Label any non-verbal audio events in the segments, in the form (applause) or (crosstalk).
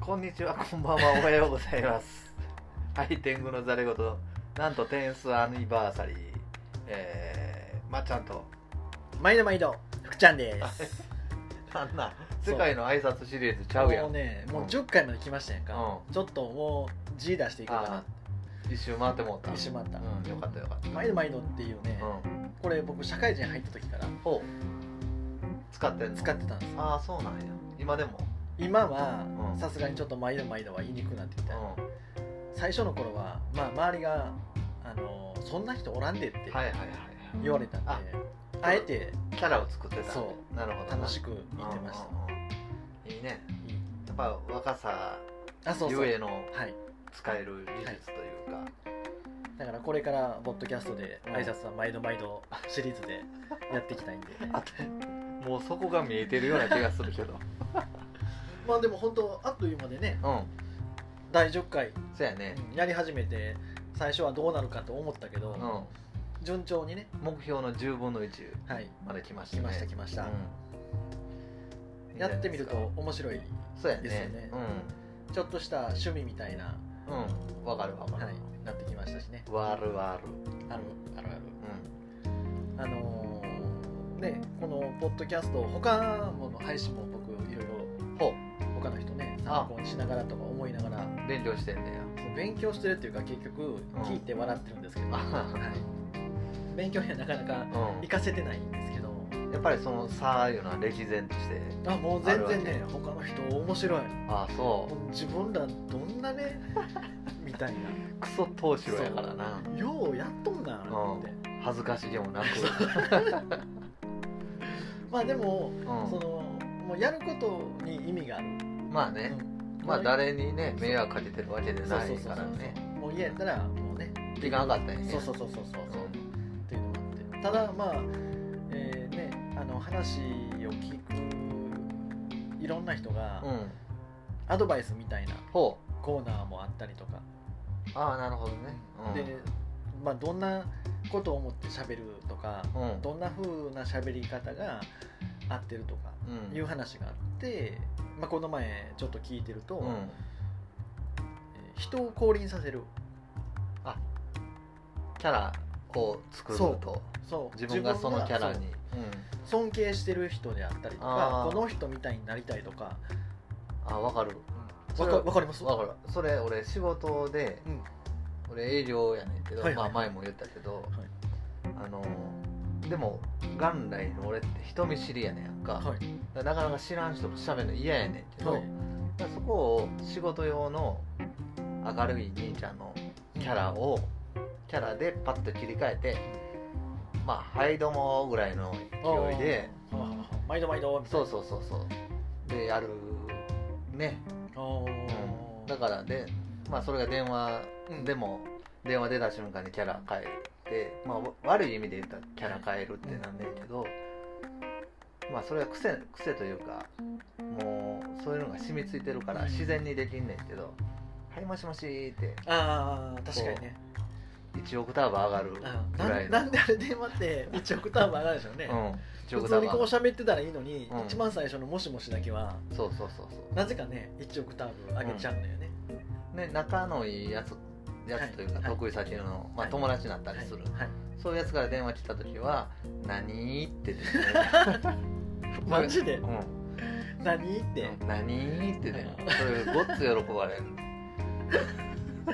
こんにちは、こんばんは、おはようございます。はい、天狗のざれ言、なんとテンスアニバーサリー、えー、まっちゃんと、毎度毎度福ちゃんです (laughs) なんなん、そう世界の挨拶シリーズちゃうやん。もうねもううん10回まで来ましたやんか、うちょっともう G 出していこうか一周回ってもうた。な一周回った、うん、よかったよかった。毎度毎度っていうね、うん。これ僕社会人入った時からほう、使ってんの使ってたんですよああ、そうなんや。今でも。今はうんさすがにちょっと毎度毎度は言いにくくなってきた、う最初の頃はまあ周りがあの「そんな人おらんで」ってん。はいはいはい。言われたんで、ああえてキャラを作ってた。。そうなるほどな。楽しく言ってました、うんうんうんいいね。いいやっぱ若さあそうそゆえうのはい使える技術というか、だからこれからポッドキャストで挨拶は毎度毎度シリーズでやっていきたいんでもうそこが見えてるような気がするけどまあでも本当あっという間でねうん第10回そやねやり始めて最初はどうなるかと思ったけど、うん順調にね目標の10分の1はいまで来ました来ねました来ました、うんやってみるいいと面白いじゃないでですすよかねそうやねちょっとした趣味みたいな、うんうんわかるわかる、はい、なってきましたしねわるわるあるあるあるうあのーねこのポッドキャスト他もの配信も僕いろいんほろ他の人ね参あ考にしながらとか思いながらう勉強してんねや勉強してるっていうか結局聞いて笑ってるんですけど、 (laughs) んはい勉強にはなかなか行かせてないんですけどうんやっぱりその差いうのは歴然としてあもう全然ね他の人面白いああそもう自分らどんな (laughs) ねみたいなうクソ投資やからなようやっとんなって、恥ずかしげもな (laughs) く、まあでも、うんそのもうやることに意味がある、まあね、まあ誰にね迷惑かけてるわけでそうなそいうそうかそらう、ねもう家やったらもうね時間なかったんやねそうそうそうそうそうそう、っていうのもあってただまあ、えーねあの話を聞くいろんな人がうん、うん、アドバイスみたいなほうコーナーもあったりとか、ああなるほどねうんで、まあ、どんなことを思って喋るとかうんどんな風な喋り方が合ってるとかうんいう話があって、まあ、この前ちょっと聞いてると、うんえー人を降臨させるキャラを作るとそう自分がそのキャラ自分にがそう尊敬してる人であったりとかあーこの人みたいになりたいとかうん、あわかるわそれかわかりますわかるそれ俺仕事で、うん俺営業やねんけど、はいはいまあ前も言ったけど、はいあのでも元来の俺って人見知りやねんやんか、はだいからなかなか知らん人と喋るの嫌やねんけど、はいだからそこを仕事用の明るい兄ちゃんのキャラをキャラでパッと切り替えてまあ「はいどうも」ぐらいの勢いであー毎度毎度みたいそなうそうそうそうでやるねあーだからでまあそれが電話うんでも電話出た瞬間にキャラ変えてまあわ悪い意味で言ったらキャラ変えるってなんねんけどまあそれは癖癖というかもうそういうのが染みついてるからうん自然にできんねんけど「はいもしもし」ってあー確かにね1オクターブ上がるうんぐならんいのなんであれ電話って1オクターブ上がるでしょうね、うん1オ普クター通にブこう上が喋ってたらいいのに、うん一番最初の「もしもし」だけはるそうそうそうそうなぜかね1オクターブ上げちゃうんだよね、ね、仲のいいやつやつというか、はい得意先の、まはあ、い友達になったりする、はいそういうやつから電話来た時は「何?」って出てくる (laughs) マジでうん何って、 「何?」ってねそれごっつ喜ばれる (laughs)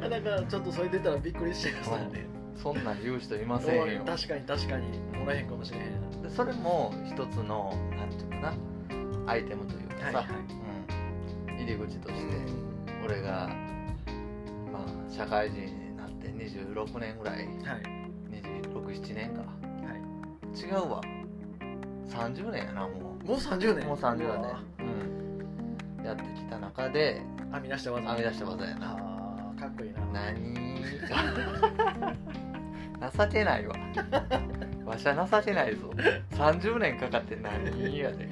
なかなかちょっとそれ出たらびっくりしちゃいましたね、そんなん言う人いまおせんいよ確かに確かにもらえへんかもしれへんでそれも一つのなんていうかなアイテムというかさ、はいはいうん、入り口として、俺がまあ社会人になって26年ぐらいはい267年かはい違うわ30年やなももう30う年もう30年、うん、やってきた中でうわ編み出した技編み出した技やなあーかっこいいな何 (laughs) 情けないわわしは情けないぞ30年かかって何やで、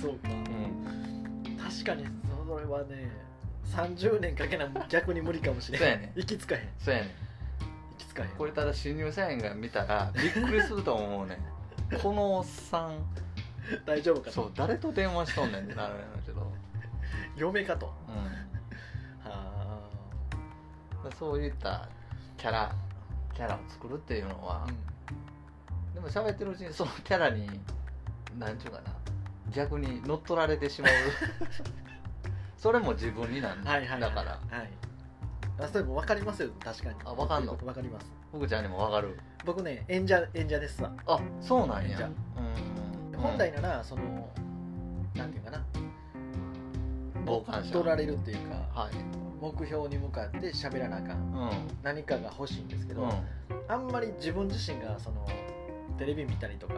そうかうん、確かにそれはね30年かけな逆に無理かもしれへんそうやね行きつかへんそうやね行きつかへんんこれただ新入社員が見たらびっくりすると思うねんこのおっさん大丈夫かなそう誰と電話しとんねんってなるんやけど嫁かとはうあ、ん、そういったキャラキャラを作るっていうのは、でも喋ってるうちにそのキャラに何ちゅうかな逆に乗っ取られてしま (laughs) うそれも自分になんだ,、はいはいはいだからはいあそれも分かりますよ確かにあ分かんの分かります福ちゃんにもわかる僕ね演者演者ですわあそうなんじゃやうんあ本来ならそのなんていうかな傍観者取られるっていうかはい目標に向かって喋らなあかんう何かが欲しいんですけんうど、んあんまり自分自身がそのテレビ見たりとか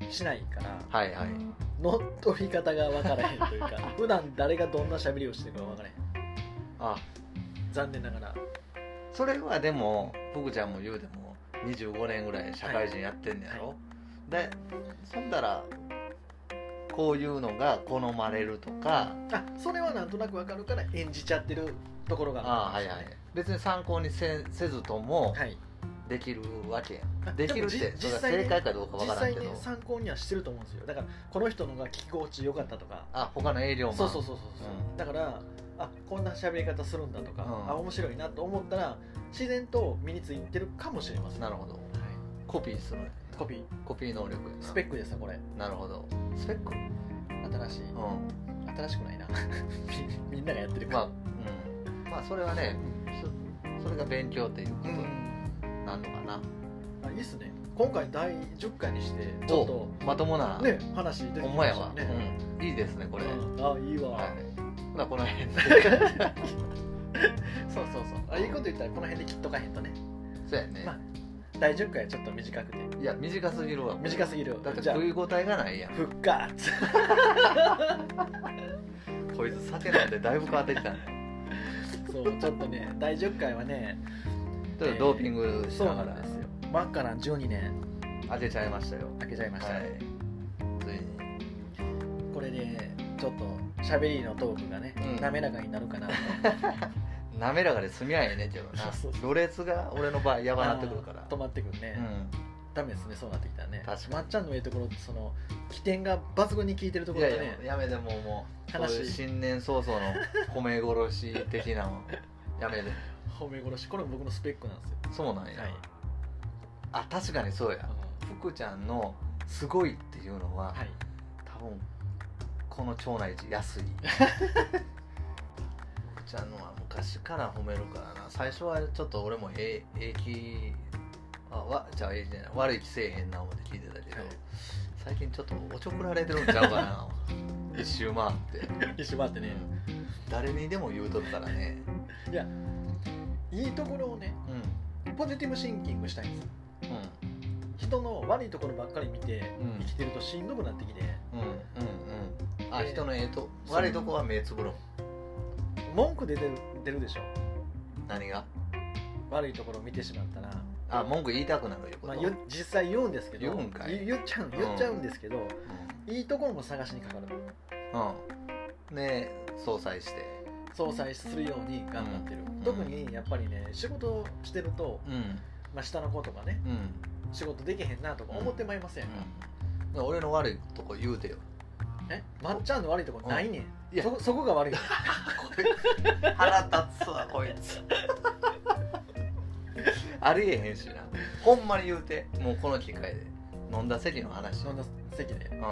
うんしないからはいはい乗っ取り方が分からへ (laughs) んというか普段誰がどんな喋りをしてるか分からへんあ残念ながらそれはでも福ちゃんも言うでも25年ぐらい社会人やってんねやろ、でそんだらこういうのが好まれるとかあそれはなんとなく分かるから演じちゃってるところがああるはいはい別に参考にせせずともはいできるわけやあんできるっもてじそれが正実際ね解かどうかわ実からん際けどね参考にはしてると思うんですよだからこの人のが聞き心地良かったとかあ他の営業マンそうそうそうそう、ううんだからあこんな喋り方するんだとか、うんあ面白いなと思ったら自然と身についてるかもしれません、なはるほどコピーするのやい、コピーコピー能力やなスペックですよこれなるほどスペック新しうい、新しくないな (laughs) みみんながやってるんかまあら、うんまあそれはねそそれが勉強っていうこうとんなのかな、あいいっすね今回第10回にしてちょっとまともな、ね話出てほきんままやしたわ、ね、うんいいですねこれ、うんあいいわ、はいほなこの (laughs) 辺でそうそうそうあいいこと言ったらこの辺で切っとかへんとねそうやね、ま第10回はちょっと短くていや短すぎるわ短すぎるだってじゃあ食い応えがないやん復活 (laughs) こいつ酒なんでだいぶ変わってきたねそうちょっとね第10回はねちょっとドーピングしそうなながらんですよマッカラン12年当てちゃいましたよ開けちゃいました、はいねついにこれでちょっと喋りのトークがね、うん滑らかになるかなと滑らかで済みゃええねんけどなそうそうろれつが俺の場合やばなってくるからあー止まってくるね、うんダメですねそうなってきたらね確かにまっちゃんのええところってその起点が抜群に効いてるとこいろやといねややめでもうもうそ悲しいういう新年早々の米殺し的なの (laughs) やめで褒め殺しこれも僕のスペックなんですよそうなんや、はいあ確かにそうや福ちゃんのすごいっていうのは、はい多分この町内一安い福ちゃんのは昔から褒めるからな最初はちょっと俺もえええ気あわじゃあええじゃない悪い気せえへんな思って聞いてたけど、はい最近ちょっとおちょくられてるんちゃうかな一周回って、一周回ってね、誰にでも言うとったらねいいところをねうポジティブシンキングしたいんですよんうん人の悪いところばっかり見て、うん生きてるとしんどくなってきてうんうんうんあえー人のええとそう悪いとこは目つぶろう文句出てる出るでしょ何が悪いところを見てしまったら、あ文句言いたくなるいうこと、まあ、言う実際言うんですけど言うんかい言言っちゃう言っちゃうんですけど、いいところも探しにかかるうんね総裁して相殺するように頑張ってる、ん特にやっぱりね仕事してると、うんまあ、下の子とかねうん、仕事できへんなとか思ってまいりませんやんか、うん、俺の悪いとこ言うてよえまっちゃんの悪いところないねん、いやそそこが悪いねん (laughs) 腹立つわこいつ (laughs) ありえへんしなほんまに言うてもうこの機会で飲んだ席の話そんな席でう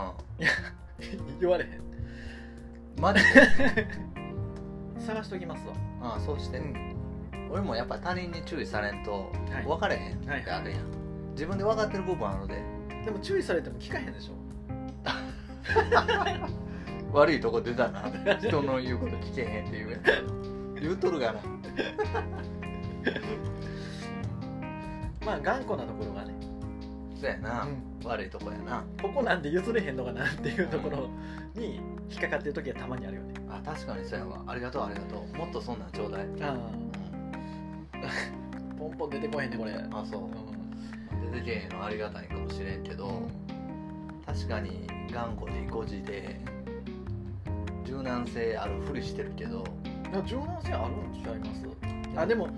言われへんんマジ (laughs) で探しときますわああそうして、俺もやっぱ他人に注意されんとはい分かれへんはいってあるやん、自分で分かってる部分あるででも注意されても聞かへんでしょ悪いとこ出た (laughs) な人の言うこと聞けへんっていうやつ言うとるがなまあ頑固なところがね、そうやな、うん悪いとこやなここなんで譲れへんのかなっていうところに引っかかってる時はたまにあるよねあ確かにそうやわありがとうありがとうもっとそんなんちょうだい、うん、ああポンポン出てこへんねこれ、あそう、出てけへんのありがたいかもしれんけど、確かに頑固で意固地で柔軟性あるふりしてるけどうん、柔軟性あるんちゃいますあでも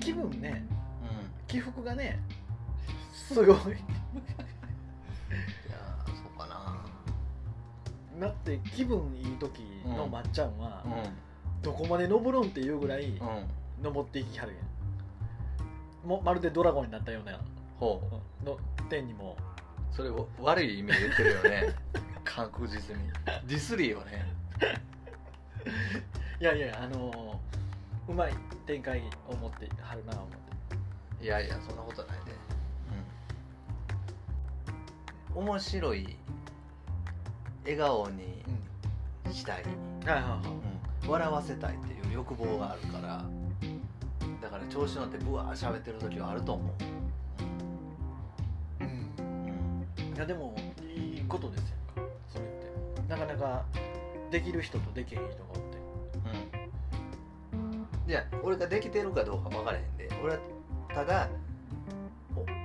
気分ねうん起伏がねすごいいやーそうかななって気分いい時のまっちゃんは、うんどこまで登るんっていうぐらいうん登っていきはるやんもうまるでドラゴンになったようなほうの点にもそれ悪い意味で言ってるよね (laughs) 確実にディスリーよねいやいやあのーうまい展開を持ってはるな思っていやいやそんなことないで、うん、面白い笑顔にうしたい、んはいはいはいうん、笑わせたいっていう欲望があるからだから調子乗ってブワー喋ってる時はあると思う、うんうん、いやでもいいことですやんかそれってなかなかできる人とできへん人がおっていや俺ができてるかどうか分からへんで俺はただ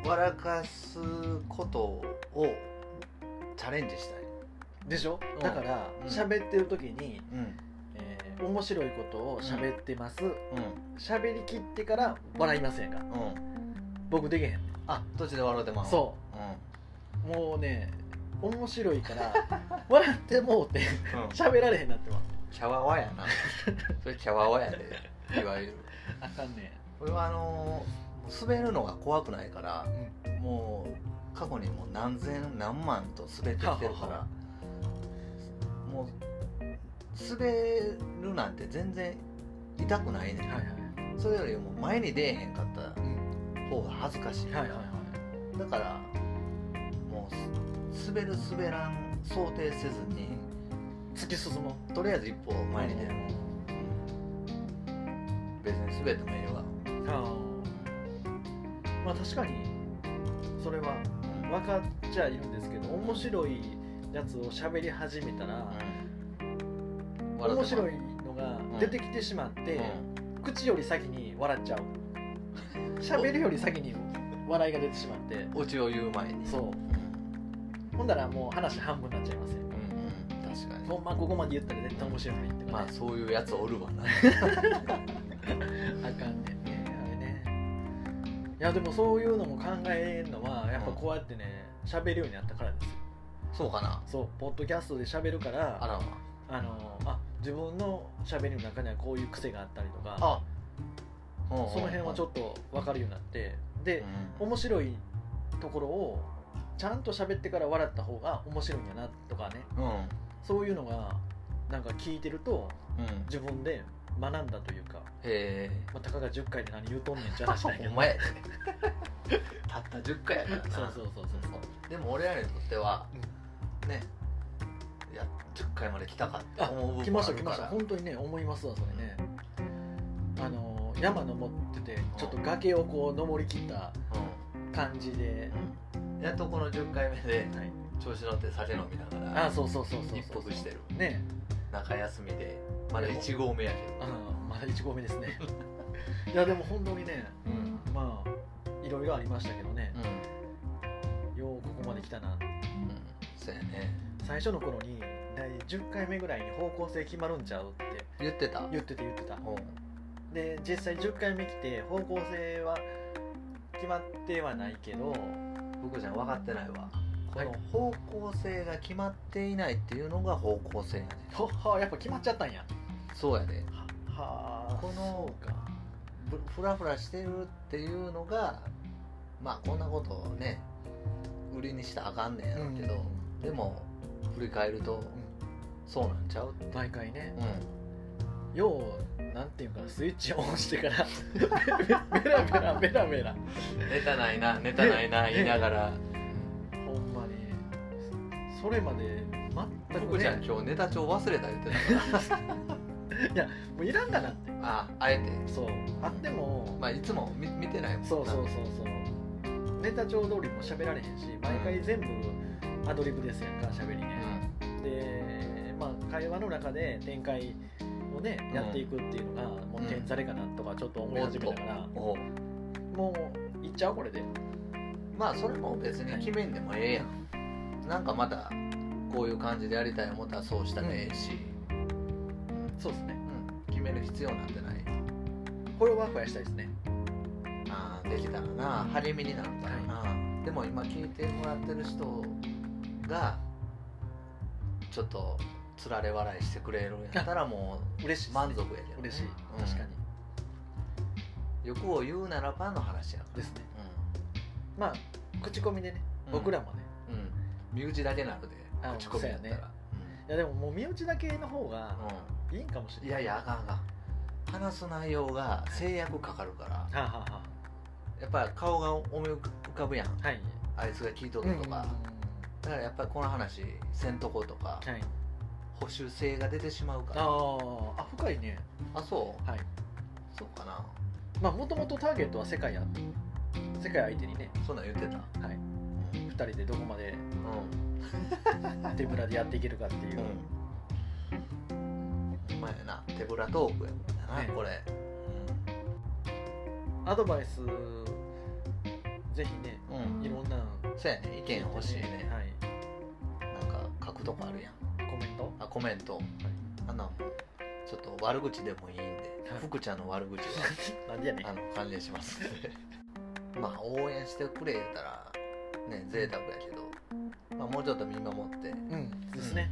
お笑かすことをチャレンジしたい、でしょうんだからうん喋、ってる時に、うんえー面白いことを喋ってますう喋、りきってから笑いませんかんうん、僕できへんあ途中で笑うてまう、そううもうね面白いから (laughs) 笑ってもうてうん喋られへんなってますキャワワや (laughs) なそれキャワワやでいわゆるあかんね俺はあのー滑るのが怖くないから、もう過去にもう何千何万と滑ってきてるかははらもう滑るなんて全然痛くないねん、はいはいそれよりも前に出えへんかったうん方が恥ずかしい,、はいはいはいだからもうす滑る滑らん想定せずに突き進もうとりあえず一歩前に出る、別に滑ってもええわあーまあ確かにそれは分かっちゃいるんですけど面白いやつを喋り始めたら、面白いのが出てきてしまって、口より先に笑 (laughs) っちゃう喋るより先に笑いが出てしまってオチを言う前に、そううんほんだらもう話半分になっちゃいますようんうん、確かにほんまここまで言ったら絶対面白いってまあそういうやつおるわなあかんねんねあれねいやでもそういうのも考えるのはやっぱこうやってね喋るようになったからですよそうかな (laughs) そうポッドキャストで喋るからあらまあのあ自分の喋りの中にはこういう癖があったりとかあそその辺はちょっと分かるようになってでと面白いところをちゃんと喋ってから笑った方が面白いんやなとかねうんうんそういうのがなんか聞いてるとうん自分で学んだというか、へ (laughs) まあ、たかが10回で何言うとんねんって話なんや (laughs) えけおど前たった10回やからなそうそうそうそうそうでも俺らにとっては、ねいや10回まで来たかってあ思う部分来ましたもあ来るまかしたら本当にね思いますわそれねあの山登っててちょっと崖をこう登りきった感じで、うんうんやっとこの10回目ではい、調子乗って酒飲みながらあそうそうそうそう一そう服してるね中休みでまだ1合目やけあのまだ1合目です (laughs) ねいやでも本当にねどうんまあいろいろありましたけどね、ようここまで来たなうんそうやね最初の頃に第10回目ぐらいに方向性決まるんちゃうって言ってた言ってて言ってたうんで実際10回目来て方向性は決まってはないけど福ちゃん分かってないわこはいの方向性が決まっていないっていうのが方向性やねははやっぱ決まっちゃったんやそうやねはあこのそうかぶふらふらしてるっていうのがまあこんなことをね売りにしたらあかんねんやろうけど、でも振り返ると、そうなんちゃう毎回ねうようなんていうんかなスイッチオンしてから (laughs) ベラベラベラベラんネタないなネタないなね言いながらほんまにそれまで全く福ちゃんね今日ネタ帳忘れた言ってたからもういらんかなってああえてそうあってもまあいつも見見てないもんなそうそうそうそうネタ帳通りも喋られへんし毎回全部アドリブですやんか喋りうね、んでまあ会話の中で展開をねうんやっていくっていうのが、もう点ざれかなとかちょっと思い始めたから、おうもういっちゃうこれでまあそれも別に決めんでもええやん、なんかまたこういう感じでやりたい思ったらそうしたらええし、そうですねうん決める必要なんてないこれをワークやしたいですねあーできたらな励みになるからな、でも今聞いてもらってる人がちょっとつられ笑いしてくれるんやったらも嬉しうい満足やけど、嬉しいうん確かに、欲を言うならばの話やからですねまあ口コミでねうん僕らもね、うん、うん、身内だけなのであ口コミやったらそうやねいやでももう身内だけの方がうんうんいいんかもしれないいやいやあかんあかん話す内容が制約かかるからはあ、はあはやっぱり顔が思い浮かぶやんあ、はいあいつが聞いとるとか、だからやっぱりこの話せんとことか、はい補修性が出てしまうかあらーあ深いねあそうはいそうかなまあもともとターゲットは世界や世界相手にねそんなん言ってたはいうん2人でどこまで手ぶらでやっていけるかっていう、うんほんまやな手ぶらトークやもんな、ねこれ、アドバイスぜひねうんうんいろんなそうやね意見欲しいねはいなんか書くとこあるやんコメ (laughs) ントあコメントあんなんもちょっと悪口でもいいんではい福ちゃんの (laughs) 悪口をなんでやねんあの関連します (laughs) んでまあ応援してくれ言うたらね贅沢やけど、まあ、もうちょっと見守ってうんですね、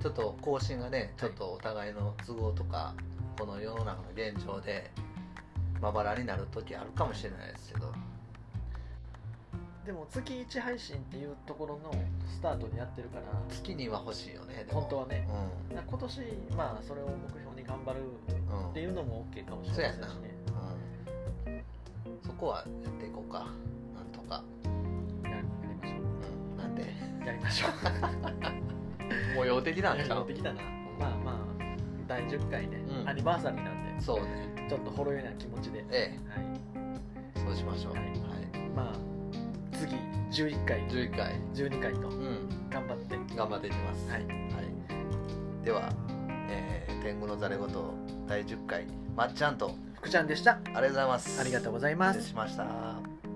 ちょっと更新がねちょっとお互いの都合とかこの世の中の現状でまばらになる時あるかもしれないですけどでも月1配信っていうところのスタートでやってるから月には欲しいよねでも本当はねだから今年まあそれを目標に頑張るうん、うんっていうのも OK かもしれないですしねうんそこはやっていこうかなんとか、ややりましょうん、 (laughs) なんでうやりましょう模様的なんちゃやうってきたなまあまあ第10回ね、うんアニバーサリーなんそうねでちょっとほろ酔いな気持ちで、はい、ええそうしましょうははいい、まあ次11回11回12回とうん頑張って頑張っていきますはいはい、では、えー天狗のざれ言第10回まっちゃんと福ちゃんでしたありがとうございますありがとうございます失礼しました